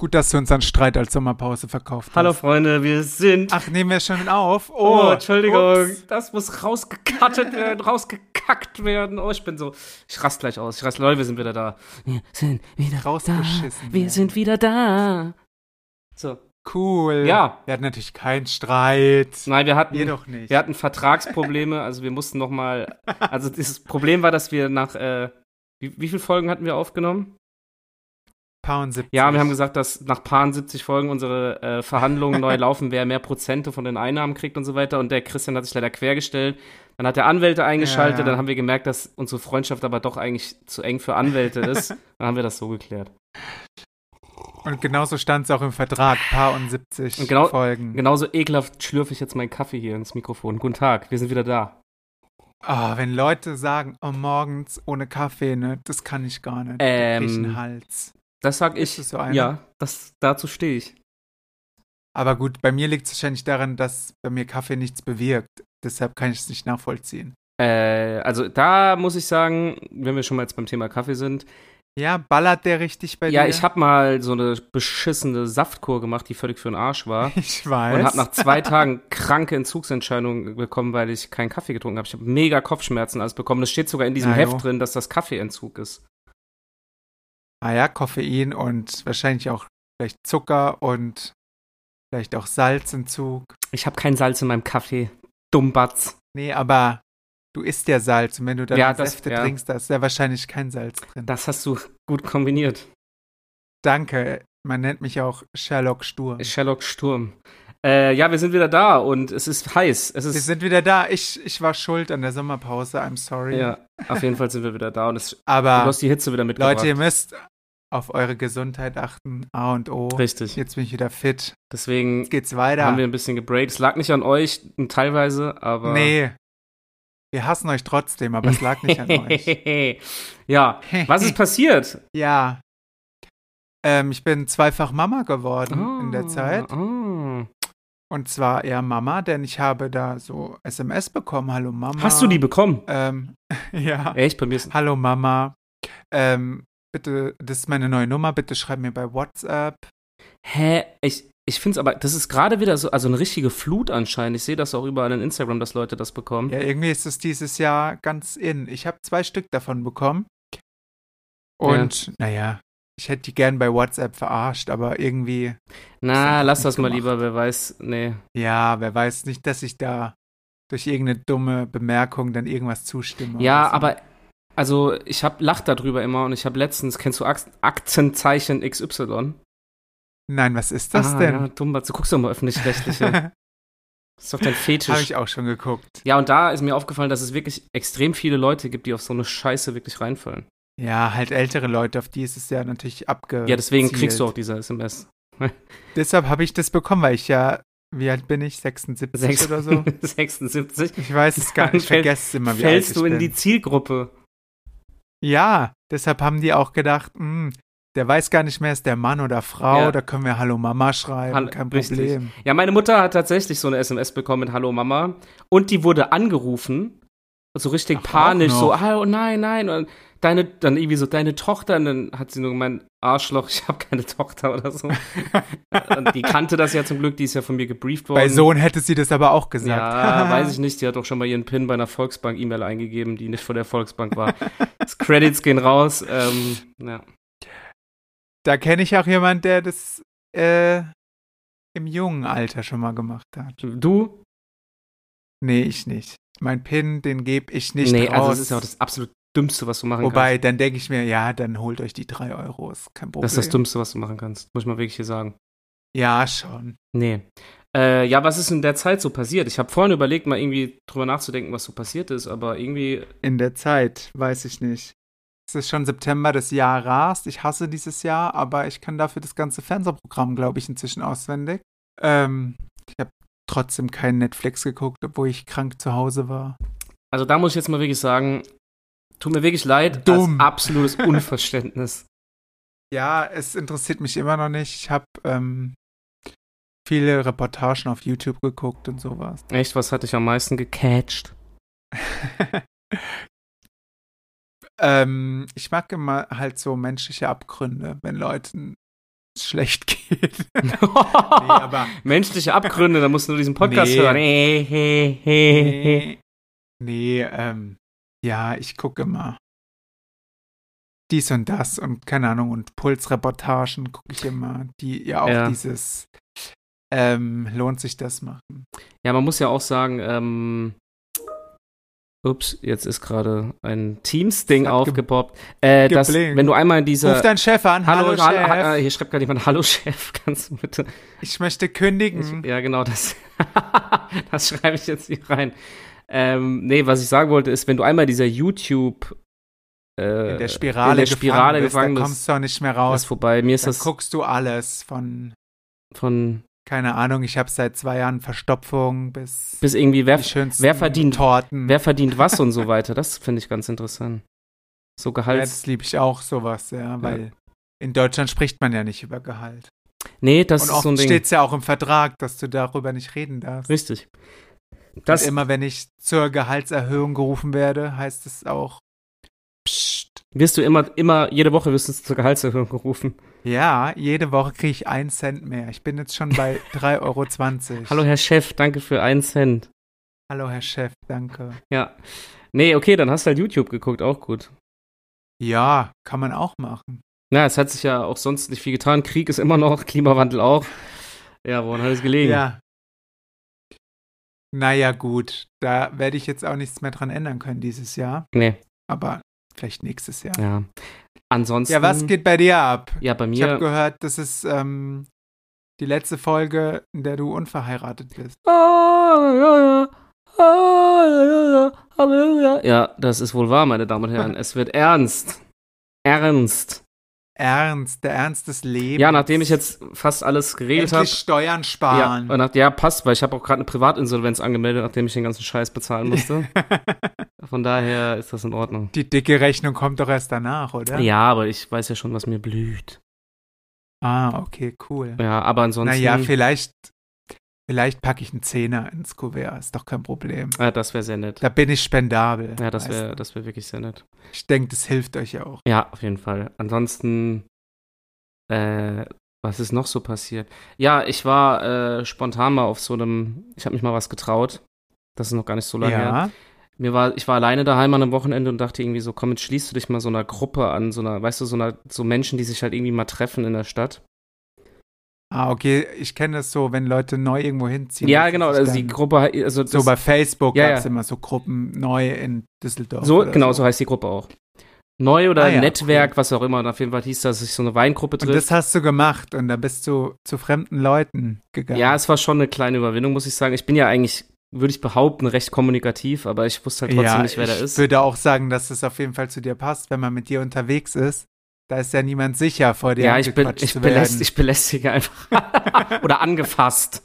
Gut, dass du uns an Streit als Sommerpause verkauft Hallo hast. Freunde, wir sind. Ach, nehmen wir schon auf. oh, Oh, Entschuldigung. ups. Ah, Das muss rausgekattet werden, rausgekackt werden. Oh, ich bin so. Ich rast gleich aus. Ich rast, Leute, wir sind wieder da. Wir sind wieder Rausgeschissen da. Wir werden. sind wieder da. So. Cool. Ja. Wir hatten natürlich keinen Streit. Nein, wir hatten. Ihr doch nicht. Wir hatten Vertragsprobleme, also wir mussten nochmal. Also das Problem war, dass wir nach. Äh, wie, wie viele Folgen hatten wir aufgenommen? Pound 70. Ja, wir haben gesagt, dass nach paar 70 Folgen unsere äh, Verhandlungen neu laufen, wer mehr Prozente von den Einnahmen kriegt und so weiter. Und der Christian hat sich leider quergestellt. Dann hat er Anwälte eingeschaltet. Ja, ja. Dann haben wir gemerkt, dass unsere Freundschaft aber doch eigentlich zu eng für Anwälte ist. Dann haben wir das so geklärt. Und genauso stand es auch im Vertrag. Pound 70 Und genau- Folgen. Genauso ekelhaft schlürfe ich jetzt meinen Kaffee hier ins Mikrofon. Guten Tag, wir sind wieder da. Ah, wenn Leute sagen, oh, morgens ohne Kaffee, ne, das kann ich gar nicht. Ähm, ich einen Hals. Das sag ich. das so einer? ja, das, dazu stehe ich. Aber gut, bei mir liegt es wahrscheinlich daran, dass bei mir Kaffee nichts bewirkt. Deshalb kann ich es nicht nachvollziehen. Äh, also da muss ich sagen, wenn wir schon mal jetzt beim Thema Kaffee sind, Ja, ballert der richtig bei ja, dir? ich habe mal so eine beschissene Saftkur gemacht, die völlig für den Arsch war. Ich weiß. Und habe nach zwei Tagen kranke Entzugsentscheidungen bekommen, weil ich keinen Kaffee getrunken habe. Ich habe mega Kopfschmerzen alles bekommen. Das steht sogar in diesem Na jo. Heft drin, dass das Kaffeeentzug ist. Ah ja, Koffein und wahrscheinlich auch vielleicht Zucker und vielleicht auch Salzentzug. Ich habe kein Salz in meinem Kaffee. Dummbatz. Nee, aber du isst ja Salz und wenn du dann Ja, das- Säfte ja. trinkst, da ist ja wahrscheinlich kein Salz drin. Das hast du gut kombiniert. Danke. Man nennt mich auch Sherlock Sturm. Sherlock Sturm. Äh, ja, wir sind wieder da und es ist heiß. Es Wir ist sind wieder da. Ich, ich war schuld an der Sommerpause. I'm sorry. ja, auf jeden Fall sind wir wieder da und es, du Aber hast die Hitze wieder Ah. mitgebracht. Leute, ihr müsst auf eure Gesundheit achten. A und O. Richtig. Jetzt bin ich wieder fit. Deswegen Jetzt geht's weiter. haben wir ein bisschen gebrailt. Es lag nicht an euch, n- teilweise, aber. nee. Wir hassen euch trotzdem, aber es lag nicht an euch. ja. Was ist passiert? Ja. Ähm, ich bin zweifach Mama geworden in der Ah, Zeit. ah. Und zwar eher Mama, denn ich habe da so SMS bekommen. Hallo Mama. Hast du die bekommen? Ähm, ja. Echt? Bei mir ist. Hallo Mama. Ähm, bitte, das ist meine neue Nummer. Bitte schreib mir bei WhatsApp. Hä? Ich, ich finde es aber, das ist gerade wieder so, also eine richtige Flut anscheinend. Ich sehe das auch überall in Instagram, dass Leute das bekommen. Ja, irgendwie ist es dieses Jahr ganz in. Ich habe zwei Stück davon bekommen. Ja. Und naja, ich hätte die gern bei WhatsApp verarscht, aber irgendwie, das Na, hat lass nicht das mal gemacht. lieber, wer weiß. Nee. ja, wer weiß nicht, dass ich da durch irgendeine dumme Bemerkung dann irgendwas zustimme. Ja, oder so. aber. Also, ich hab, lach darüber immer und ich habe letztens, kennst du Ak- Aktenzeichen XY? Nein, was ist das ah, Ja, denn? Dumbatz, du guckst doch mal öffentlich-rechtliche. Das ist doch dein habe Fetisch. ich auch schon geguckt. Ja, und da ist mir aufgefallen, dass es wirklich extrem viele Leute gibt, die auf so eine Scheiße wirklich reinfallen. Ja, halt ältere Leute, auf die ist es ja natürlich abge. Ja, deswegen kriegst du zielt. auch diese SMS. Deshalb habe ich das bekommen, weil ich ja, wie alt bin ich? 76 Sechs, oder so? 76. Ich weiß es gar Dann nicht, ich fällt- vergesse es immer, wie alt Fällst ich du in bin. die Zielgruppe? Ja, deshalb haben die auch gedacht, hm, der weiß gar nicht mehr, ist der Mann oder Frau, Ja. da können wir Hallo Mama schreiben, Hallo- kein richtig. Problem. Ja, meine Mutter hat tatsächlich so eine SMS bekommen mit Hallo Mama. Und die wurde angerufen. So richtig Ach, auch panisch, so, noch. ah, oh nein, nein. Und deine, dann irgendwie so, deine Tochter. Und dann hat sie nur gemeint, Arschloch, ich habe keine Tochter oder so. und die kannte das ja zum Glück, die ist ja von mir gebrieft worden. Bei Sohn hätte sie das aber auch gesagt. Ja, weiß ich nicht. Die hat doch schon mal ihren PIN bei einer Volksbank-E-Mail eingegeben, die nicht von der Volksbank war. Das Credits gehen raus. Ähm, ja. Da kenne ich auch jemand, der das äh, im jungen Alter schon mal gemacht hat. Du? Nee, ich nicht. Mein Pin, den gebe ich nicht nee, raus. also das ist ja auch das absolut Dümmste, was du machen Wobei, dann denke ich mir, ja, dann holt euch die drei Euros, kein Problem. kannst. Das ist das Dümmste, was du machen kannst. Muss ich mal wirklich hier sagen. Ja, schon. Nee. Äh, ja, was ist in der Zeit so passiert? Ich habe vorhin überlegt, mal irgendwie drüber nachzudenken, was so passiert ist, aber irgendwie. In der Zeit, weiß ich nicht. Es ist schon September, das Jahr rast. Ich hasse dieses Jahr, aber ich kann dafür das ganze Fernsehprogramm, glaube ich, inzwischen auswendig. Ähm, ich habe trotzdem keinen Netflix geguckt, obwohl ich krank zu Hause war. Also da muss ich jetzt mal wirklich sagen, tut mir wirklich leid. Dumm. Als absolutes Unverständnis. Ja, es interessiert mich immer noch nicht. Ich habe ähm, viele Reportagen auf YouTube geguckt und sowas. Echt, was hat dich am meisten gecatcht? ähm, ich mag immer halt so menschliche Abgründe, wenn Leuten es schlecht geht. nee, aber Menschliche Abgründe, da musst du nur diesen Podcast Nee. hören. Hey, hey, hey, hey. nee, nee, ähm, ja, ich gucke immer dies und das und keine Ahnung und Pulsreportagen gucke ich immer, die ja auch Ja. dieses ähm, lohnt sich das machen. Ja, man muss ja auch sagen, ähm, ups, jetzt ist gerade ein Teams-Ding Es hat ge- aufgepoppt, äh, dass, geblinkt. wenn du einmal in Ruf dieser, deinen Chef an. Hallo, hallo, hallo, Chef. ha- äh, hier schreibt gerade jemand, hallo Chef, kannst du bitte, ich möchte ich, kündigen. ja genau, das, das schreibe ich jetzt hier rein. Ähm, nee, was ich sagen wollte, ist, wenn du einmal dieser YouTube, äh, in der Spirale, in der Spirale gefangen bist, da bist. kommst du auch nicht mehr ist raus. vorbei, mir ist Da das guckst du alles von, von, keine Ahnung, ich habe seit zwei Jahren Verstopfung bis, bis irgendwie, wer, die schönsten wer verdient- Torten. wer verdient was und so weiter, das finde ich ganz interessant. So Ja, Gehalts, das liebe ich auch sowas, ja, weil in Deutschland spricht man ja nicht über Gehalt. nee, das Und ist oft so ein Ding. steht es ja auch im Vertrag, dass du darüber nicht reden darfst. Richtig. Das, Und immer wenn ich zur Gehaltserhöhung gerufen werde, heißt es auch Psst. wirst du immer, immer, jede Woche wirst du zur Gehaltserhöhung gerufen. Ja, jede Woche kriege ich einen Cent mehr. Ich bin jetzt schon bei 3,20 Euro. Hallo, Herr Chef, danke für einen Cent. Hallo, Herr Chef, danke. Ja. Nee, okay, dann hast du halt YouTube geguckt, auch gut. Ja, kann man auch machen. Na, es hat sich ja auch sonst nicht viel getan. Krieg ist immer noch, Klimawandel auch. Ja, woran hat es gelegen? Ja. Naja, gut. Da werde ich jetzt auch nichts mehr dran ändern können dieses Jahr. Nee, Aber vielleicht nächstes Jahr. ja. Ansonsten. Ja, was geht bei dir ab? Ja, bei Ich habe mir. gehört, das ist ähm, die letzte Folge, in der du unverheiratet bist. Ah, Ja, das ist wohl wahr, meine Damen und Herren. Es wird ernst. Ernst. Ernst, der Ernst des Lebens. Ja, nachdem ich jetzt fast alles geregelt habe. Endlich Steuern Ja, sparen. und nach, ja, passt, weil ich habe auch gerade eine Privatinsolvenz angemeldet, nachdem ich den ganzen Scheiß bezahlen musste. Von daher ist das in Ordnung. die dicke Rechnung kommt doch erst danach, oder? Ja, aber ich weiß ja schon, was mir blüht. Ah, okay, cool. Ja, aber ansonsten. Naja, vielleicht, vielleicht packe ich einen Zehner ins Kuvert, ist doch kein Problem. ja, Ah, das wäre sehr nett. Da bin ich spendabel. Äh. Ja, das weißt wäre das wär wirklich sehr nett. du. Ich denke, das hilft euch ja auch. Ja, auf jeden Fall. Ansonsten, äh, was ist noch so passiert? Ja, ich war äh, spontan mal auf so einem, ich habe mich mal was getraut. Das ist noch gar nicht so lange her. ja. mir war, ich war alleine daheim an einem Wochenende und dachte irgendwie so, komm, jetzt schließt du dich mal so einer Gruppe an, so einer, weißt du, so einer, so Menschen, die sich halt irgendwie mal treffen in der Stadt. Ah, okay, ich kenne das so, wenn Leute neu irgendwo hinziehen. ja, dass sie genau, sich also dann- die Gruppe, also So das, bei Facebook Ja, gab es ja. immer so Gruppen neu in Düsseldorf. so, oder genau, so heißt die Gruppe auch. Neu oder Ah ja, Netzwerk, was auch immer, und auf jeden Fall hieß das, dass sich so eine Weingruppe Und trifft. das hast du gemacht und da bist du zu fremden Leuten gegangen. ja, es war schon eine kleine Überwindung, muss ich sagen. Ich bin ja eigentlich, würde ich behaupten, recht kommunikativ, aber ich wusste halt trotzdem Ja, nicht, wer da Ich ist. würde auch sagen, dass es auf jeden Fall zu dir passt, wenn man mit dir unterwegs ist. Da ist ja niemand sicher vor dir. Ja, ich, be angequatscht ich, zu beläst werden. ich belästige einfach. oder angefasst.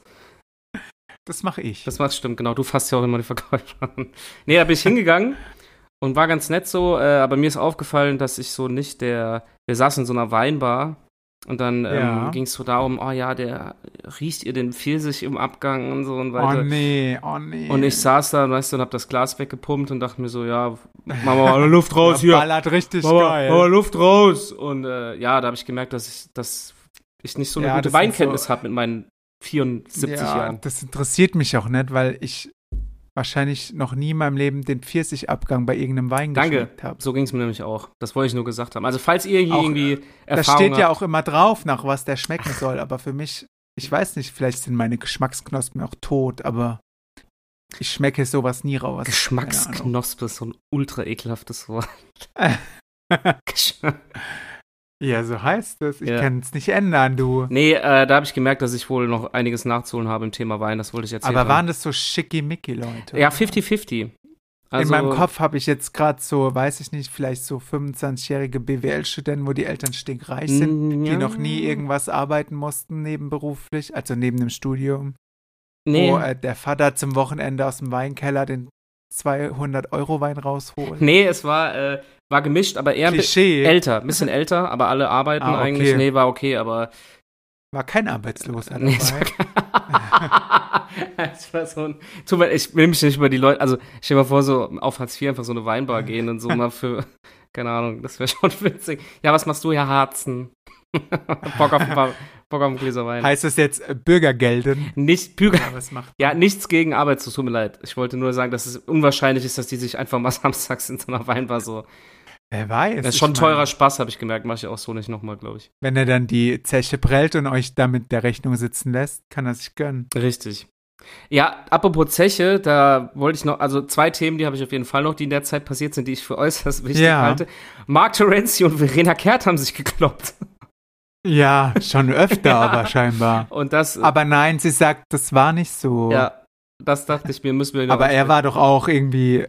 Das mache ich. Das macht stimmt, genau. Du fasst ja auch immer die Verkäufer an. Nee, da bin ich hingegangen und war ganz nett so, äh, aber mir ist aufgefallen, dass ich so nicht der. Wir saßen in so einer Weinbar und dann ähm, Ja. ging es so darum, oh ja, der riecht ihr den Pfirsich im Abgang und so und oh weiter. nee, oh nee. und ich saß da, weißt du, und hab das Glas weggepumpt und dachte mir so, ja, mach mal Luft Der raus hier. ballert richtig Mach mal, geil. mach mal Luft raus. Und äh, ja, da habe ich gemerkt, dass ich, dass ich nicht so eine Ja, gute das sind Weinkenntnis so- habe mit meinen 74 ja, Jahren. Das interessiert mich auch nicht, weil ich wahrscheinlich noch nie in meinem Leben den Pfirsichabgang bei irgendeinem Wein Danke. geschmeckt habe. So ging es mir nämlich auch. Das wollte ich nur gesagt haben. Also falls ihr hier Auch, äh, irgendwie Da Erfahrung steht ja habt, auch immer drauf, nach was der schmecken soll, aber für mich, ich weiß nicht, vielleicht sind meine Geschmacksknospen auch tot, aber ich schmecke sowas nie raus. Keine Ahnung. Geschmacksknospe ist so ein ultra ekelhaftes Wort. Gesch- ja, so heißt es. Ich Ja. kann es nicht ändern, du. nee, äh, da habe ich gemerkt, dass ich wohl noch einiges nachzuholen habe im Thema Wein. Das wollte ich erzählen. Aber waren das so schickimicki Leute? ja 50-50. Also, In meinem Kopf habe ich jetzt gerade so, weiß ich nicht, vielleicht so 25-jährige BWL-Studenten, wo die Eltern stinkreich sind, Mm, die noch nie irgendwas arbeiten mussten nebenberuflich, also neben dem Studium. Nee. wo äh, der Vater zum Wochenende aus dem Weinkeller den 200-Euro-Wein rausholt. nee, es war, äh, war gemischt, aber eher ein bi- Klischee. älter. Ein bisschen älter, aber alle arbeiten Ah, okay. eigentlich. Nee, war okay, aber War kein Arbeitsloser Nee, dabei. es war so ein, tut mir, ich will mich nicht über die Leute, also stell dir mal vor, so auf Hartz IV einfach so eine Weinbar gehen und so mal für, keine Ahnung, das wäre schon witzig. Ja, was machst du, Herr Harzen? Bock auf ein paar Bock auf ein Gläser Wein. Heißt das jetzt äh, Bürgergelden? Nicht Bürger. Ja, was macht Ja, nichts gegen Arbeit, so tut mir leid. Ich wollte nur sagen, dass es unwahrscheinlich ist, dass die sich einfach mal samstags in so einer Weinbar so. Wer weiß. Das ist ich schon meine, teurer Spaß, habe ich gemerkt. Mache ich auch so nicht nochmal, glaube ich. Wenn er dann die Zeche prellt und euch damit der Rechnung sitzen lässt, kann er sich gönnen. Richtig. Ja, apropos Zeche, da wollte ich noch, also zwei Themen, die habe ich auf jeden Fall noch, die in der Zeit passiert sind, die ich für äußerst wichtig Ja. halte. Mark Terenzi und Verena Kehrt haben sich gekloppt. Ja, schon öfter Ja. aber scheinbar. Und das, Aber nein, sie sagt, das war nicht so. ja, genau, das dachte ich mir, müssen wir. noch- aber er war doch auch irgendwie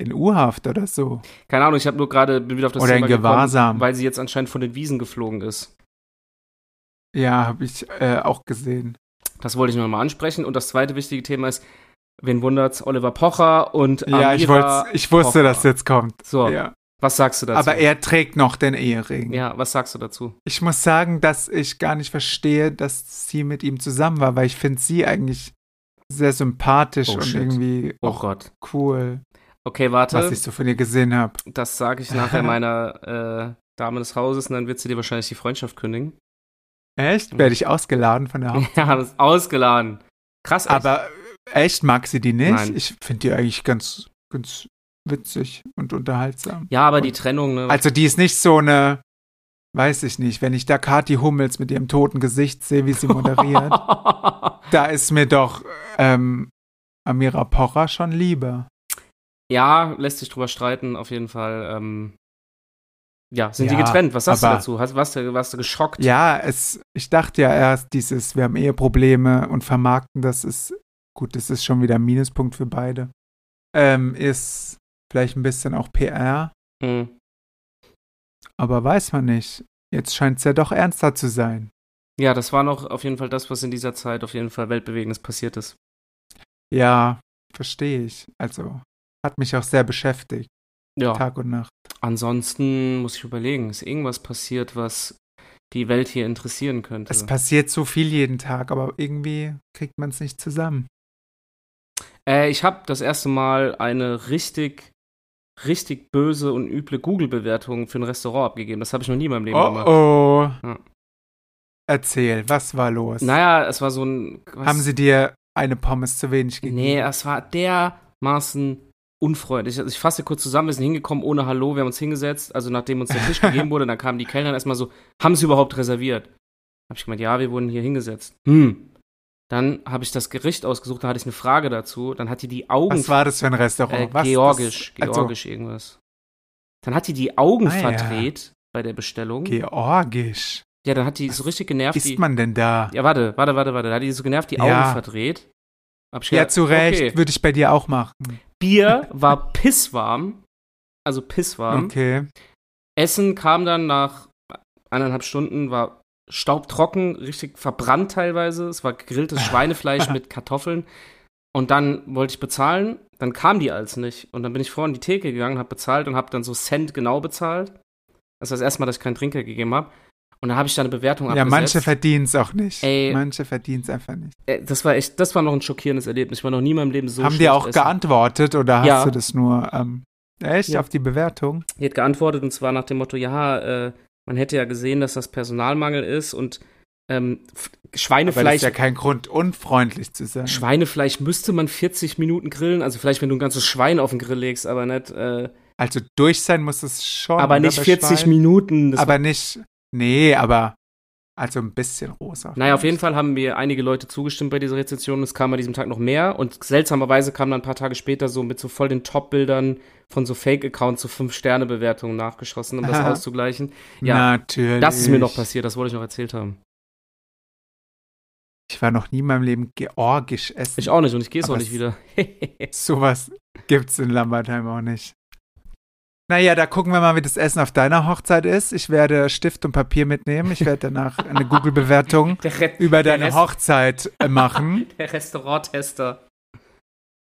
in U-Haft oder so. Keine Ahnung, ich habe nur gerade bin wieder auf das oder in Thema Gewahrsam. gekommen, weil sie jetzt anscheinend von den Wiesen geflogen ist. ja, habe ich äh, auch gesehen. Das wollte ich nur noch mal ansprechen. Und das zweite wichtige Thema ist, wen wundert's, Oliver Pocher und Ja, ich, Amira wollt's- ich wusste, Hoffmann. dass jetzt kommt. So, Ja. was sagst du dazu? Aber er trägt noch den Ehering. ja, was sagst du dazu? Ich muss sagen, dass ich gar nicht verstehe, dass sie mit ihm zusammen war, weil ich finde sie eigentlich sehr sympathisch Oh, und shit. irgendwie Oh auch Gott. cool, Okay, warte, was ich so von ihr gesehen habe. das sage ich nachher meiner äh, Dame des Hauses und dann wird sie dir wahrscheinlich die Freundschaft kündigen. Echt? Werde ich ausgeladen von der Haut? Ja, das ist ausgeladen. Krass, echt. Aber äh, echt mag sie die nicht? Nein. Ich finde die eigentlich ganz, ganz witzig und unterhaltsam. Ja, aber die Trennung, ne? Also die ist nicht so eine, weiß ich nicht, wenn ich da Kathi Hummels mit ihrem toten Gesicht sehe, wie sie moderiert, da ist mir doch ähm, Amira Pocher schon lieber. ja, lässt sich drüber streiten, auf jeden Fall. Ähm, ja, sind die Ja, getrennt? Was sagst du aber- dazu? Hast, warst, du, warst du geschockt? Ja, es, ich dachte ja erst, dieses, wir haben Eheprobleme und vermarkten, das ist, gut, das ist schon wieder ein Minuspunkt für beide. Ähm, ist vielleicht ein bisschen auch PR, Hm. aber weiß man nicht. Jetzt scheint es ja doch ernster zu sein. Ja, das war noch auf jeden Fall das, was in dieser Zeit auf jeden Fall weltbewegendes passiert ist. Ja, verstehe ich. Also, hat mich auch sehr beschäftigt, Ja, Tag und Nacht. ansonsten muss ich überlegen, ist irgendwas passiert, was die Welt hier interessieren könnte? Es passiert so viel jeden Tag, aber irgendwie kriegt man es nicht zusammen. Äh, ich habe das erste Mal eine richtig, richtig böse und üble Google-Bewertung für ein Restaurant abgegeben. Das habe ich noch nie in meinem Leben Oh, gemacht. oh. Ja. Erzähl, was war los? Naja, es war so ein. was- Haben sie dir eine Pommes zu wenig gegeben? Nee, es war dermaßen unfreundlich. Also ich fasse kurz zusammen, wir sind hingekommen ohne Hallo, wir haben uns hingesetzt, also nachdem uns der Tisch gegeben wurde, dann kamen die Kellner erstmal so, haben sie überhaupt reserviert? Hab ich gemeint, ja, wir wurden hier hingesetzt. Hm. Dann habe ich das Gericht ausgesucht, da hatte ich eine Frage dazu, dann hat die die Augen Was war das für ein äh, Restaurant? Was, georgisch, das- also, georgisch irgendwas. Dann hat die die Augen Ah, ja. verdreht bei der Bestellung. Georgisch. ja, dann hat die so richtig genervt. die, Ist man denn da? ja, warte, warte, warte, warte. Da hat die so genervt, die Augen Ja. verdreht. Hab ich Ja, gedacht, zu Recht. okay. Würde ich bei dir auch machen. Bier war pisswarm. Also pisswarm. Okay. Essen kam dann nach eineinhalb Stunden, war staubtrocken, richtig verbrannt teilweise. Es war gegrilltes Schweinefleisch mit Kartoffeln. Und dann wollte ich bezahlen, dann kam die als nicht. Und dann bin ich vorhin in die Theke gegangen, habe bezahlt und habe dann so Cent genau bezahlt. Das war das erste Mal, dass ich keinen Trinker gegeben habe. Und da habe ich dann eine Bewertung Ja, manche abgesetzt. verdienen es auch nicht. Ey. Manche verdienen es einfach nicht. Äh, das war echt, das war noch ein schockierendes Erlebnis. Ich war noch nie in meinem Leben so Haben die schlecht auch essen. geantwortet oder hast Ja. du das nur ähm, echt Ja. auf die Bewertung? Die hat geantwortet und zwar nach dem Motto, ja, äh, man hätte ja gesehen, dass das Personalmangel ist und ähm, F- Weil das Schweinefleisch, ist ja kein Grund, unfreundlich zu sein. Schweinefleisch müsste man 40 Minuten grillen. Also vielleicht, wenn du ein ganzes Schwein auf den Grill legst, aber nicht, äh, Also durch sein muss es schon. aber oder? nicht Bei 40 Oh, Schwein. Minuten. Das war, Aber nicht. Nee, aber. Also ein bisschen rosa. naja, auf jeden Fall haben mir einige Leute zugestimmt bei dieser Rezession. Es kam an diesem Tag noch mehr und seltsamerweise kam dann ein paar Tage später so mit so voll den Top-Bildern von so Fake-Accounts so 5-Sterne-Bewertungen nachgeschossen, um das Aha. auszugleichen. Ja, Natürlich. Das ist mir noch passiert, das wollte ich noch erzählt haben. Ich war noch nie in meinem Leben georgisch essen. Ich auch nicht und ich gehe es Aber auch nicht es- wieder. Sowas gibt's in Lambertheim auch nicht. Naja, da gucken wir mal, wie das Essen auf deiner Hochzeit ist. Ich werde Stift und Papier mitnehmen. Ich werde danach eine Google-Bewertung Der Re- über der deine Rest- Hochzeit äh, machen. Der Restauranttester.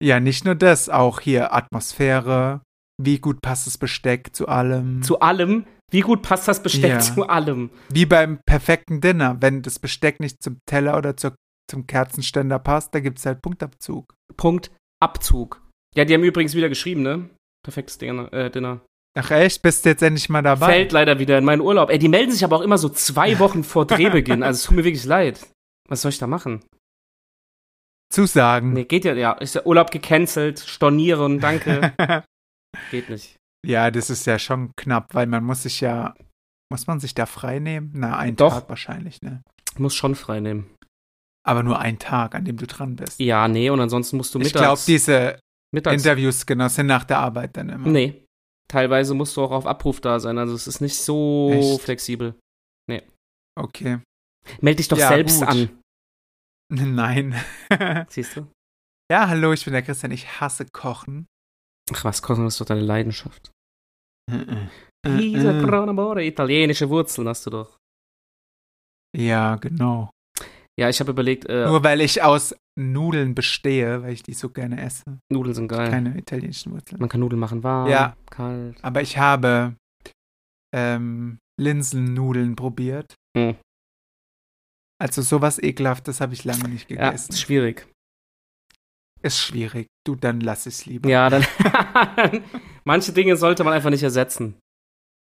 Ja, nicht nur das, auch hier Atmosphäre. Wie gut passt das Besteck zu allem? Zu allem. Wie gut passt das Besteck Ja. zu allem? wie beim perfekten Dinner. Wenn das Besteck nicht zum Teller oder zur, zum Kerzenständer passt, da gibt's halt Punktabzug. Punkt Abzug. Ja, die haben übrigens wieder geschrieben, ne? Perfektes Dinner. Äh, Dinner. Ach echt? Bist du jetzt endlich mal dabei? Fällt leider wieder in meinen Urlaub. Ey, die melden sich aber auch immer so zwei Wochen vor Drehbeginn. Also es tut mir wirklich leid. Was soll ich da machen? Zusagen. Hm. Nee, geht ja, ja. Ist der Urlaub gecancelt, stornieren, danke. geht nicht. ja, das ist ja schon knapp, weil man muss sich ja. Muss man sich da frei nehmen? Na, einen Doch. Tag wahrscheinlich, ne? Muss schon frei nehmen. Aber nur einen Tag, an dem du dran bist. Ja, nee, und ansonsten musst du ich mittags. glaube, diese mittags Interviews, genau, sind nach der Arbeit dann immer. Nee. Teilweise musst du auch auf Abruf da sein. Also es ist nicht so Echt? flexibel. Okay. Meld dich doch Ja, selbst gut. an. Nein. Siehst du? ja, hallo, ich bin der Christian. Ich hasse Kochen. Ach was, Kochen ist doch deine Leidenschaft. Pizza, Äh, äh. Grana Amore, italienische Wurzeln hast du doch. Ja, genau. Ja, ich habe überlegt, äh, Nur weil ich aus Nudeln bestehe, weil ich die so gerne esse. Nudeln sind geil. Keine italienischen Wurzeln. Man kann Nudeln machen warm, Ja. kalt. Aber ich habe ähm, Linsennudeln probiert. Mhm. Also sowas ekelhaftes habe ich lange nicht Ja, gegessen. ist schwierig. Ist schwierig. Du, dann lass es lieber. Ja, dann. Manche Dinge sollte man einfach nicht ersetzen.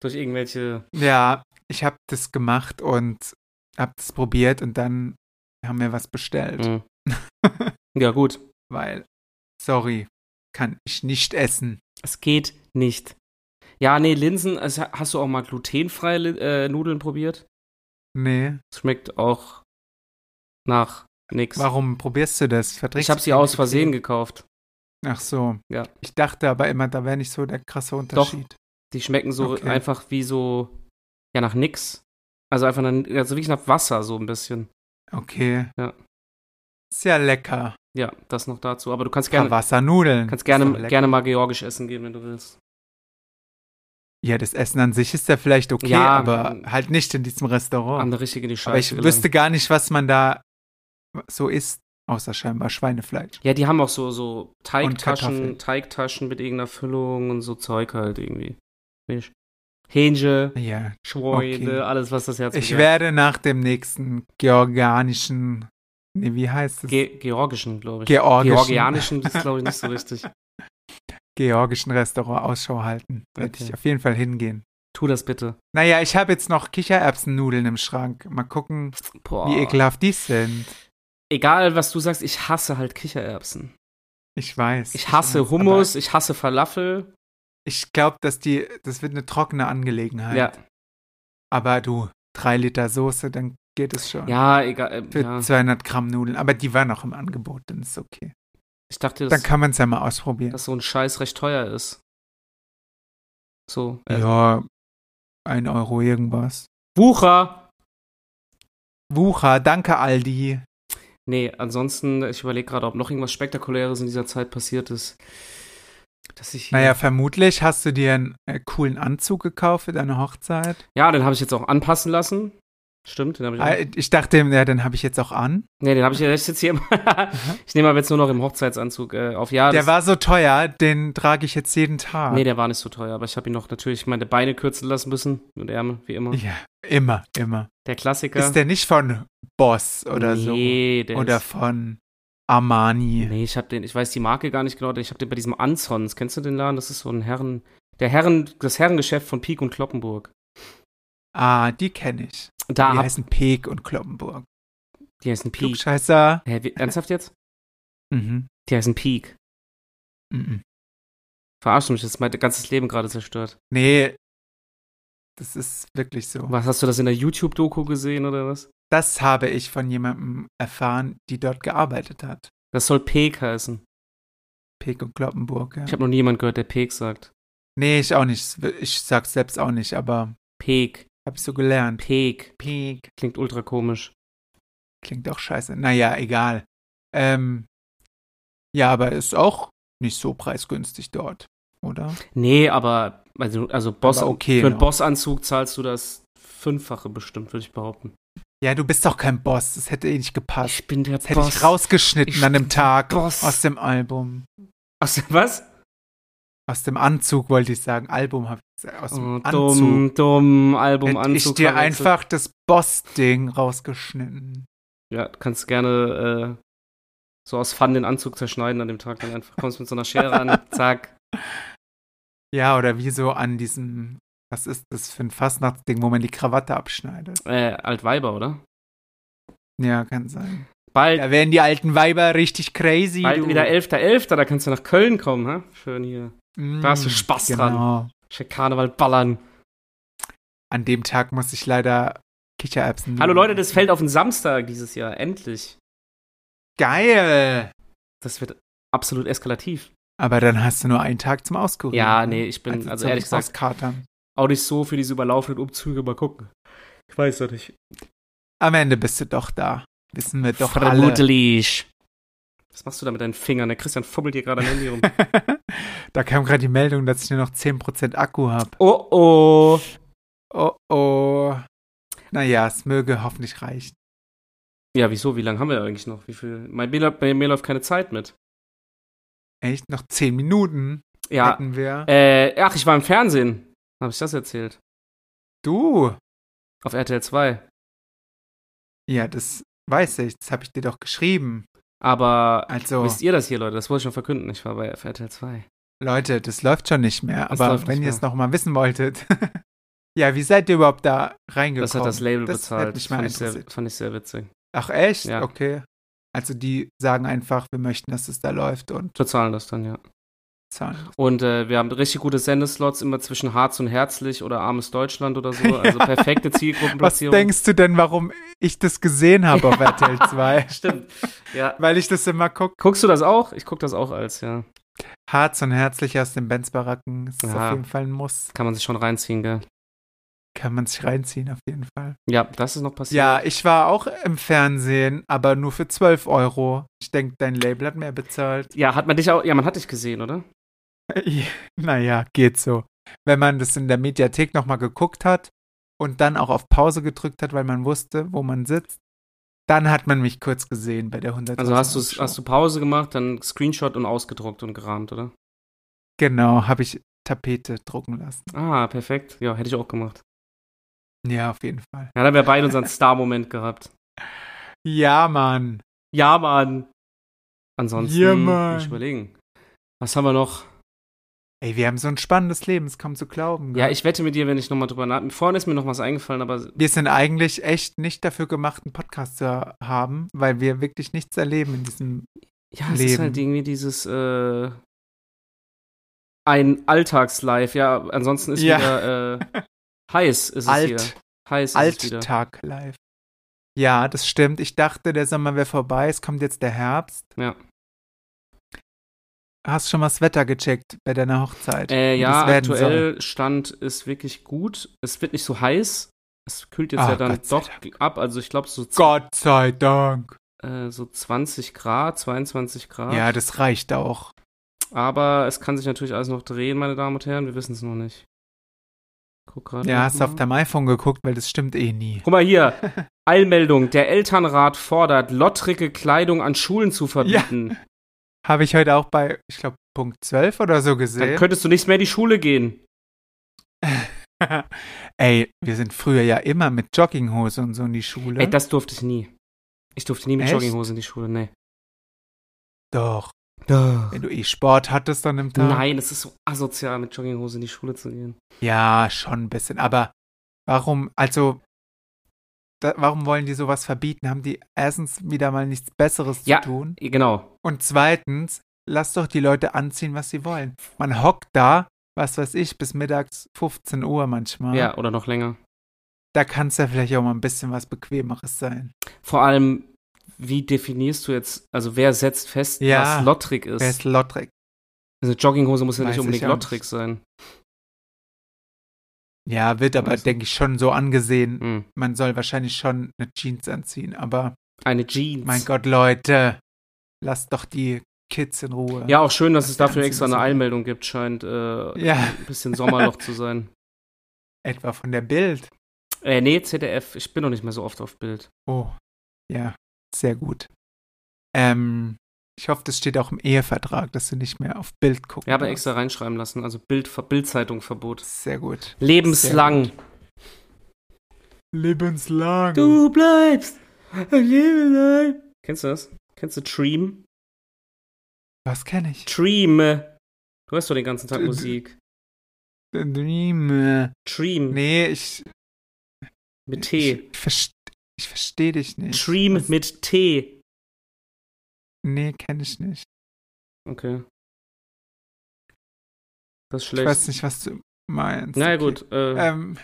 Durch irgendwelche. Ja, ich habe das gemacht und habe das probiert und dann haben wir was bestellt, Mhm. ja, gut. weil, sorry, kann ich nicht essen. Es geht nicht. Ja, nee, Linsen. Also, hast du auch mal glutenfreie Li- äh, Nudeln probiert? Nee, Es schmeckt auch nach nix. warum probierst du das? Verträgst Ich habe du sie kein aus Versehen Gluten? gekauft. Ach so. Ja. Ich dachte aber immer, da wäre nicht so der krasse Unterschied. Die schmecken so Okay. einfach wie so, ja, nach nix. Also einfach nach, also wirklich nach Wasser so ein bisschen. Okay. Ja. Ist ja lecker. Ja, das noch dazu. Aber du kannst Gerne. gerne, Wassernudeln. kannst Ist doch gerne, lecker. gerne mal georgisch essen gehen, wenn du willst. Ja, das Essen an sich ist ja vielleicht okay, Ja, aber ähm, halt nicht in diesem Restaurant. Andere richtig in die Scheiße. aber ich gelangen. wüsste gar nicht, was man da so isst, außer scheinbar Schweinefleisch. ja, die haben auch so, so Kartoffeln. Teigtaschen, Teigtaschen mit irgendeiner Füllung und so Zeug halt irgendwie. Fisch. Hähnchen, Ja, Schweine, Okay. alles, was das Herz ich begehrt. werde nach dem nächsten georganischen, nee, wie heißt es? Ge georgischen, glaube ich. Georgischen. Georgianischen ist, glaube ich, nicht so richtig. georgischen Restaurant Ausschau halten. Werde Okay. ich auf jeden Fall hingehen. Tu das bitte. Naja, ich habe jetzt noch Kichererbsennudeln im Schrank. Mal gucken, Boah. wie ekelhaft die sind. Egal, was du sagst, ich hasse halt Kichererbsen. Ich weiß. Ich hasse weiß, Hummus, aber ich hasse Falafel. Ich glaube, dass die, das wird eine trockene Angelegenheit. Ja, Aber du, drei Liter Soße, dann geht es schon. ja, egal. Für Äh, ja. 200 Gramm Nudeln. Aber die waren auch im Angebot, dann ist okay. Ich dachte, dann dass, kann man es ja mal ausprobieren. dass so ein Scheiß recht teuer ist. So. äh, Ja, ein Euro irgendwas. Wucher! Wucher, danke Aldi. Nee, ansonsten, ich überlege gerade, ob noch irgendwas Spektakuläres in dieser Zeit passiert ist. Dass ich. Naja, vermutlich hast du dir einen äh, coolen Anzug gekauft für deine Hochzeit. Ja, den habe ich jetzt auch anpassen lassen. Stimmt, den habe ich. Auch. Äh, Ich dachte, ja, den habe ich jetzt auch an. Nee, den habe ich jetzt jetzt hier. im- ich nehme aber jetzt nur noch im Hochzeitsanzug äh, auf. Ja, Der das- war so teuer, den trage ich jetzt jeden Tag. Nee, der war nicht so teuer, aber ich habe ihn noch natürlich meine Beine kürzen lassen müssen und Ärmel, wie immer. ja, immer, immer. Der Klassiker. Ist der nicht von Boss oder so? nee, Der Oder ist, von Armani? nee, ich habe den, ich weiß die Marke gar nicht genau, ich habe den bei diesem Anzons, kennst du den Laden? Das ist so ein Herren, der Herren, das Herrengeschäft von Pieck und Kloppenburg. Ah, die kenne ich. Da die hab, heißen Peek und Kloppenburg. die heißen Pieck. Klugscheißer. Hä, wie, ernsthaft jetzt? Mhm. Die heißen Pieck. Mhm. Verarsch mich, das ist mein ganzes Leben gerade zerstört. Nee, das ist wirklich so. Was, hast du das in der YouTube-Doku gesehen oder was? Das habe ich von jemandem erfahren, die dort gearbeitet hat. Das soll Peek heißen. Peek und Kloppenburg. Ja. Ich habe noch nie jemand gehört, der Peek sagt. nee, ich auch nicht. Ich sag's selbst auch nicht, aber Peek, hab ich so gelernt. Peek. Peek. Klingt ultra komisch. Klingt auch scheiße. Naja, egal. Ähm, ja, aber ist auch nicht so preisgünstig dort, oder? Nee, aber also, also Boss, Aber okay, für einen ne? Bossanzug zahlst du das Fünffache bestimmt, würde ich behaupten. Ja, du bist doch kein Boss. Das hätte eh nicht gepasst. Ich bin der Das hätte Boss. ich rausgeschnitten Ich an dem bin Tag Boss. aus dem Album. Aus, was? Aus dem Anzug wollte ich sagen. Album habe ich gesagt. Aus dem Oh, Anzug. dumm, dumm, Album, Hätte Anzug. ich dir verwechselt. einfach das Boss-Ding rausgeschnitten. Ja, kannst gerne äh, so aus Fun den Anzug zerschneiden an dem Tag. Dann einfach kommst mit so einer Schere an, zack. Ja, oder wie so an diesem, was ist das für ein Fastnachtsding, wo man die Krawatte abschneidet. Äh, Altweiber, oder? Ja, kann sein. Bald, Da werden die alten Weiber richtig crazy. bald du. wieder 11.11., da kannst du nach Köln kommen, ha? Schön hier. Mm, da hast du Spaß dran. Genau. Schön Karneval ballern. An dem Tag muss ich leider Kichererbsen. Hallo Leute, das fällt auf den Samstag dieses Jahr, endlich. Geil! Das wird absolut eskalativ. Aber dann hast du nur einen Tag zum Auskurieren. Ja, nee, ich bin, also zum ehrlich gesagt, Auskatern. auch nicht so für diese überlaufenden Umzüge, mal gucken. Ich weiß doch nicht. Am Ende bist du doch da. Wissen wir doch alle. Vermutlich. Was machst du da mit deinen Fingern? Der Christian fummelt hier gerade am Handy rum. da kam gerade die Meldung, dass ich nur noch 10% Akku habe. Oh oh. Oh oh. Naja, es möge hoffentlich reichen. Ja, wieso? Wie lange haben wir eigentlich noch? Wie viel? Bei mir, bei mir läuft keine Zeit mit. Echt? Noch 10 Minuten Ja. hätten wir. Äh, ach, ich war im Fernsehen. Habe ich das erzählt? Du! Auf RTL 2. Ja, das weiß ich. Das habe ich dir doch geschrieben. Aber Also, wisst ihr das hier, Leute? Das wollte ich schon verkünden. Ich war bei auf RTL 2. Leute, das läuft schon nicht mehr. Das Aber läuft wenn nicht ihr es nochmal wissen wolltet. ja, wie seid ihr überhaupt da reingekommen? Das hat das Label Das bezahlt. hätte mich mal fand, ich sehr, interessiert. fand ich sehr witzig. Ach, echt? Ja. Okay. Also, die sagen einfach, wir möchten, dass es da läuft und Bezahlen das dann, ja. zahlen. Und äh, wir haben richtig gute Sendeslots immer zwischen Harz und Herzlich oder Armes Deutschland oder so. Also Ja. perfekte Was Zielgruppenplatzierung. denkst du denn, warum ich das gesehen habe auf RTL 2? Stimmt. Ja. Weil ich das immer gucke. Guckst du das auch? Ich guck das auch als, ja. Harz und herzlich aus den Benz-Baracken. Das ist Ja. auf jeden Fall ein Muss. Kann man sich schon reinziehen, gell? Kann man sich reinziehen, auf jeden Fall. Ja, das ist noch passiert. Ja, ich war auch im Fernsehen, aber nur für 12 Euro. Ich denke, dein Label hat mehr bezahlt. Ja, hat man dich auch, ja, man hat dich gesehen, oder? naja, geht so. Wenn man das in der Mediathek nochmal geguckt hat und dann auch auf Pause gedrückt hat, weil man wusste, wo man sitzt, dann hat man mich kurz gesehen bei der 100. Also hast, du's- hast du Pause gemacht, dann Screenshot und ausgedruckt und gerahmt, oder? Genau, habe ich Tapete drucken lassen. Ah, perfekt. Ja, hätte ich auch gemacht. Ja, auf jeden Fall. Ja, dann haben wir beide unseren Star-Moment gehabt. Ja, Mann. Ja, Mann. Ansonsten Ja, Mann. muss ich überlegen. Was haben wir noch? Ey, wir haben so ein spannendes Leben, es kaum zu glauben. Ja, gell? ich wette mit dir, wenn ich nochmal drüber nach. Vorne ist mir noch was eingefallen, aber wir sind eigentlich echt nicht dafür gemacht, einen Podcast zu haben, weil wir wirklich nichts erleben in diesem ja, es ist Leben. halt irgendwie dieses äh, ein Alltagslife. Ja, ansonsten ist Ja. wieder äh, heiß ist es hier. Alt, Heiß ist es wieder. Alttag live. Ja, das stimmt. Ich dachte, der Sommer wäre vorbei. Es kommt jetzt der Herbst. Ja. Hast schon mal das Wetter gecheckt bei deiner Hochzeit? Äh, wie ja, das werden aktuell Stand ist wirklich gut. Es wird nicht so heiß. Es kühlt jetzt Ah, ja dann Gott sei doch ab. Also ich glaube so, z- Gott sei Dank. äh, so 20 Grad, 22 Grad. Ja, das reicht auch. Aber es kann sich natürlich alles noch drehen, meine Damen und Herren. Wir wissen es noch nicht. Guck gerade. Ja, noch hast du auf mal. deinem iPhone geguckt, weil das stimmt eh nie. Guck mal hier. Eilmeldung. Der Elternrat fordert, lottrige Kleidung an Schulen zu verbieten. Habe ich heute auch bei, ich glaube, Punkt 12 oder so Dann gesehen. könntest du nicht mehr in die Schule gehen. Ey, wir sind früher ja immer mit Jogginghose und so in die Schule. Ey, das durfte ich nie. Ich durfte nie mit Echt? Jogginghose in die Schule, nee. Doch, wenn du eh Sport hattest dann im Tag. Nein, es ist so asozial, mit Jogginghose in die Schule zu gehen. Ja, schon ein bisschen. Aber warum, also, da, warum wollen die sowas verbieten? Haben die erstens wieder mal nichts Besseres Ja. zu tun? Genau. Und zweitens, lass doch die Leute anziehen, was sie wollen. Man hockt da, was weiß ich, bis mittags 15 Uhr manchmal. Ja, oder noch länger. Da kann es ja vielleicht auch mal ein bisschen was Bequemeres sein. Vor allem, wie definierst du jetzt, also wer setzt fest, Ja. was lottrig ist? Wer ist Lottrick? Also Jogginghose muss ja Weiß nicht ich unbedingt auch nicht. lottrig sein. Ja, wird aber, Weiß denke ich, schon so angesehen. Hm. Man soll wahrscheinlich schon eine Jeans anziehen. Aber Eine Jeans. mein Gott, Leute, lasst doch die Kids in Ruhe. Ja, auch schön, dass es Das dafür Ganze extra eine muss- Einmeldung gibt, scheint äh, Ja, ein bisschen Sommerloch zu sein. etwa von der Bild. Äh, nee, ZDF, ich bin noch nicht mehr so oft auf Bild. Oh, ja, sehr gut. Ähm, ich hoffe, das steht auch im Ehevertrag, dass du nicht mehr auf Bild gucken Wir haben darfst. extra reinschreiben lassen, also Bild, Bildzeitung Verbot. Sehr gut. Lebenslang. Lebenslang. Du bleibst. Lebenslang. Kennst du das? Kennst du Dream? Was kenne ich? Dream. Du hörst doch den ganzen Tag D- Musik. Dream. Dream Nee, ich. mit T. Ich, verste- ich verstehe dich nicht. Dream mit T. Nee, kenne ich nicht. Okay. Das ist Ich schlecht. weiß nicht, was du meinst. Na ja, Okay. gut. Äh, Ähm,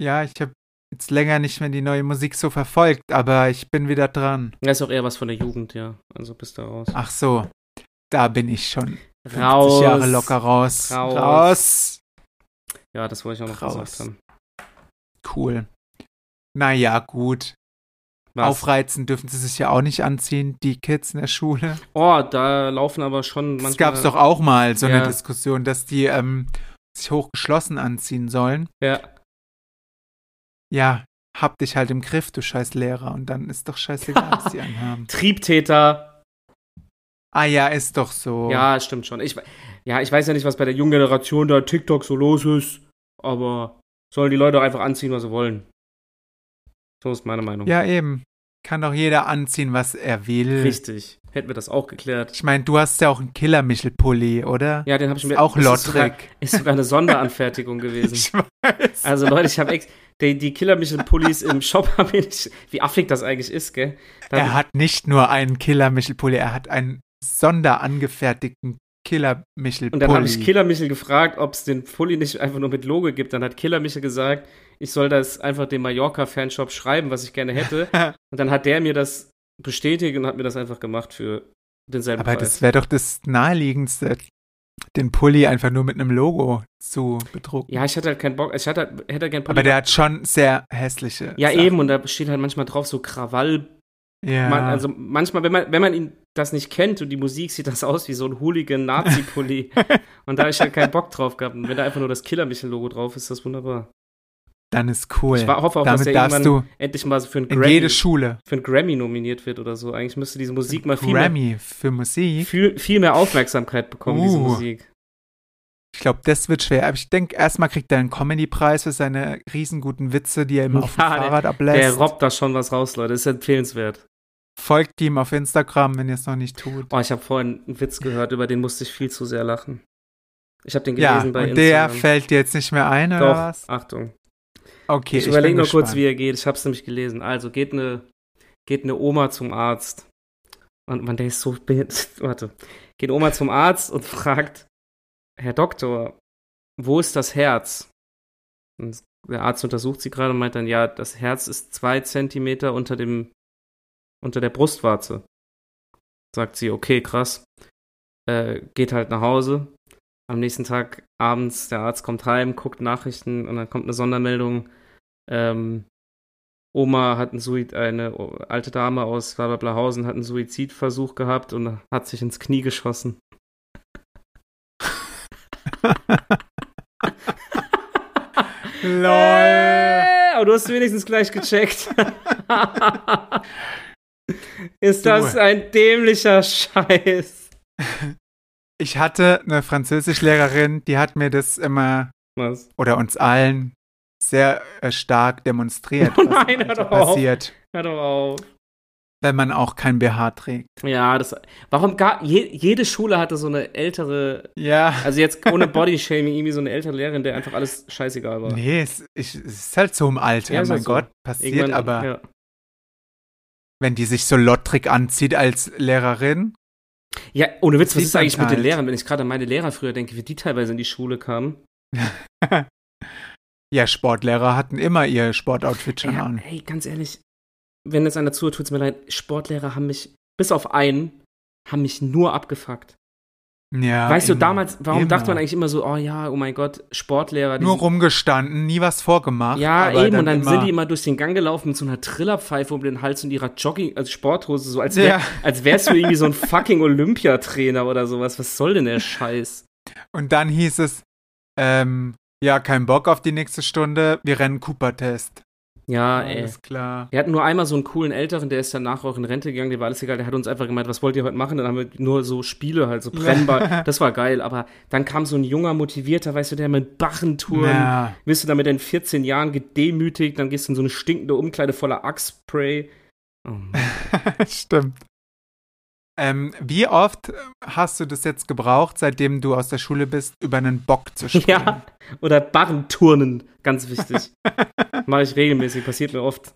ja, ich habe jetzt länger nicht mehr die neue Musik so verfolgt, aber ich bin wieder dran. das ist auch eher was von der Jugend, ja. Also bist du raus. Ach so, da bin ich schon. 50 Raus. Jahre locker raus. Raus. raus. Ja, das wollte ich auch noch Raus. gesagt haben. Cool. Naja, gut. Was? Aufreizen dürfen sie sich ja auch nicht anziehen, die Kids in der Schule. Oh, da laufen aber schon manchmal. Es gab doch auch mal so eine Ja. Diskussion, dass die ähm, sich hochgeschlossen anziehen sollen. Ja. Ja, hab dich halt im Griff, du scheiß Lehrer. Und dann ist doch scheißegal, was die anhaben. Triebtäter. Ah ja, ist doch so. Ja, stimmt schon. Ich, we- ja, ich weiß ja nicht, was bei der jungen Generation da TikTok so los ist, aber sollen die Leute einfach anziehen, was sie wollen. So ist meine Meinung. Ja, eben. Kann doch jeder anziehen, was er will. Richtig. Hätten wir das auch geklärt. Ich meine, du hast ja auch einen Killer-Michel-Pulli, oder? Ja, den habe ich mir. auch das ist sogar- Lottrick. Ist sogar eine Sonderanfertigung gewesen. Ich weiß. Also Leute, ich habe ex die, die Killer Michel Pullis im Shop habe ich wie affig das eigentlich ist, gell? Da er hat nicht nur einen Killer-Michel-Pulli, er hat einen sonderangefertigten Killer-Michel-Pulli. Und dann habe ich Killer Michel gefragt, ob es den Pulli nicht einfach nur mit Logo gibt. Dann hat Killer Michel gesagt, ich soll das einfach dem Mallorca-Fanshop schreiben, was ich gerne hätte. und dann hat der mir das bestätigt und hat mir das einfach gemacht für denselben Aber Preis. das wäre doch das Naheliegendste, den Pulli einfach nur mit einem Logo zu bedrucken. Ja, ich hatte halt keinen Bock. Ich hatte, halt- hätte halt keinen Pulli. Aber der hat schon sehr hässliche. ja, Sachen. eben. Und da steht halt manchmal drauf so Krawall. Ja. Man, also manchmal, wenn man, wenn man ihn das nicht kennt und die Musik sieht das aus wie so ein hooligan Nazi-Pulli. und da habe ich halt keinen Bock drauf gehabt. Und wenn da einfach nur das Killer Michel-Logo drauf ist, ist das wunderbar. dann ist cool. Ich wa- hoffe auch, dass Damit der darfst irgendwann du endlich mal für einen in Grammy jede Schule für einen Grammy nominiert wird oder so. Eigentlich müsste diese Musik mal viel mehr, Grammy für Musik. viel, viel mehr Aufmerksamkeit bekommen, diese Uh. Musik. Ich glaube, das wird schwer. Aber ich denke, erstmal kriegt er einen Comedy-Preis für seine riesenguten Witze, die er immer auf dem Ja, der- Fahrrad Der ablässt. robbt da schon was raus, Leute. Ist empfehlenswert. Folgt ihm auf Instagram, wenn ihr es noch nicht tut. Oh, ich habe vorhin einen Witz gehört, über den musste ich viel zu sehr lachen. Ich habe den ja, gelesen und bei der Instagram. fällt dir jetzt nicht mehr ein, Doch, oder was? Achtung. Okay, ich überlege bin nur kurz, gespannt. wie er geht. Ich habe es nämlich gelesen. Also geht eine, geht eine Oma zum Arzt. Und man, der ist so. be- Warte. Geht Oma zum Arzt und fragt: Herr Doktor, wo ist das Herz? Und der Arzt untersucht sie gerade und meint dann: Ja, das Herz ist zwei Zentimeter unter, dem, unter der Brustwarze. Sagt sie: Okay, krass. Äh, geht halt nach Hause. Am nächsten Tag abends, der Arzt kommt heim, guckt Nachrichten und dann kommt eine Sondermeldung. Ähm, Oma hat einen Sui- eine o- alte Dame aus Blablabla-Hausen hat einen Suizidversuch gehabt und hat sich ins Knie geschossen. LOL! Äh, aber du hast wenigstens gleich gecheckt. Ist Du. das ein dämlicher Scheiß? Ich hatte eine Französischlehrerin, die hat mir das immer Was? oder uns allen sehr äh, stark demonstriert, Oh was nein, im hör Alter doch auf. passiert, Hör doch auf. wenn man auch kein BH trägt. Ja, das. Warum gar. Je, jede Schule hatte so eine ältere. Ja. Also jetzt ohne Bodyshaming, irgendwie so eine ältere Lehrerin, der einfach alles scheißegal war. Nee, es, ich, es ist halt so im Alter, Ja, ist mein halt so. Gott, passiert, Irgendwann- aber Ja. wenn die sich so lottrig anzieht als Lehrerin, Ja, ohne Witz, was Sieht ist eigentlich man mit den halt. Lehrern, wenn ich gerade an meine Lehrer früher denke, wie die teilweise in die Schule kamen? ja, Sportlehrer hatten immer ihr Sportoutfit schon Ja, an. ey, ganz ehrlich, wenn jetzt einer zuhört, tut's mir leid, Sportlehrer haben mich, bis auf einen, haben mich nur abgefuckt. Ja, weißt du, immer. damals, warum immer. dachte man eigentlich immer so, oh ja, oh mein Gott, Sportlehrer, die nur sind- rumgestanden, nie was vorgemacht. Ja, aber eben, und dann immer, sind die immer durch den Gang gelaufen mit so einer Trillerpfeife um den Hals und ihrer Jogging, also Sporthose, so als, wär, Ja. als wärst du irgendwie so ein fucking Olympiatrainer oder sowas. Was soll denn der Scheiß? Und dann hieß es, ähm, ja, kein Bock auf die nächste Stunde, wir rennen Cooper-Test. Ja, Ah, ey. Alles klar. Wir hatten nur einmal so einen coolen Älteren, der ist danach auch in Rente gegangen, der war alles egal, der hat uns einfach gemeint, was wollt ihr heute machen? Dann haben wir nur so Spiele halt, so brennbar. Das war geil, aber dann kam so ein junger, motivierter, weißt du, der mit Bachentouren, Ja. wirst du dann mit deinen 14 Jahren gedemütigt, dann gehst du in so eine stinkende Umkleide voller Axtspray. Oh Mann. Stimmt. Ähm, wie oft hast du das jetzt gebraucht, seitdem du aus der Schule bist, über einen Bock zu springen? Ja, oder Barrenturnen, ganz wichtig. Mache ich regelmäßig, passiert mir oft.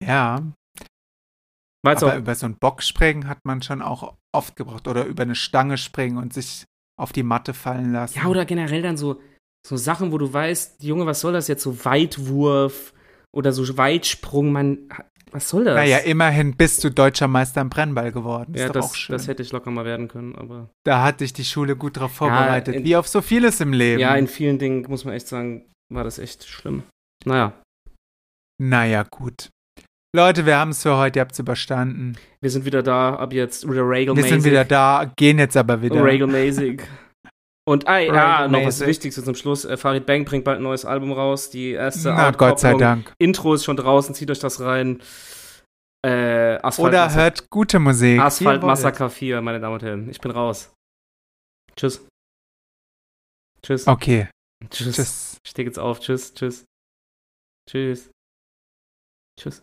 Ja, Weil's aber auch, über so einen Bock springen hat man schon auch oft gebraucht. Oder über eine Stange springen und sich auf die Matte fallen lassen. ja, oder generell dann so, so Sachen, wo du weißt, Junge, was soll das jetzt? So Weitwurf oder so Weitsprung, man, was soll das? Naja, immerhin bist du deutscher Meister im Brennball geworden. Ist ja, doch das, auch schön. das hätte ich locker mal werden können, aber. da hat dich die Schule gut drauf vorbereitet. in- wie auf so vieles im Leben. Ja, in vielen Dingen, muss man echt sagen, war das echt schlimm. Naja, naja, gut. Leute, wir haben es für heute. Ihr habt es überstanden. wir sind wieder da, ab jetzt wieder Wir regelmäßig. sind wieder da, gehen jetzt aber wieder. Regelmäßig. Und ah, ja, noch was Regelmäßig. Wichtigste zum Schluss. Äh, Farid Bang bringt bald ein neues Album raus. Die erste Na, Gott sei Autkopplung. Dank. Intro ist schon draußen, zieht euch das rein. Äh, Asphalt Oder hört gute Musik. Asphalt Ihr wollt. Massaker 4, meine Damen und Herren. Ich bin raus. Tschüss. Tschüss. Okay, Tschüss. tschüss. Ich stehe jetzt auf. Tschüss. Tschüss. Tschüss. Tschüss.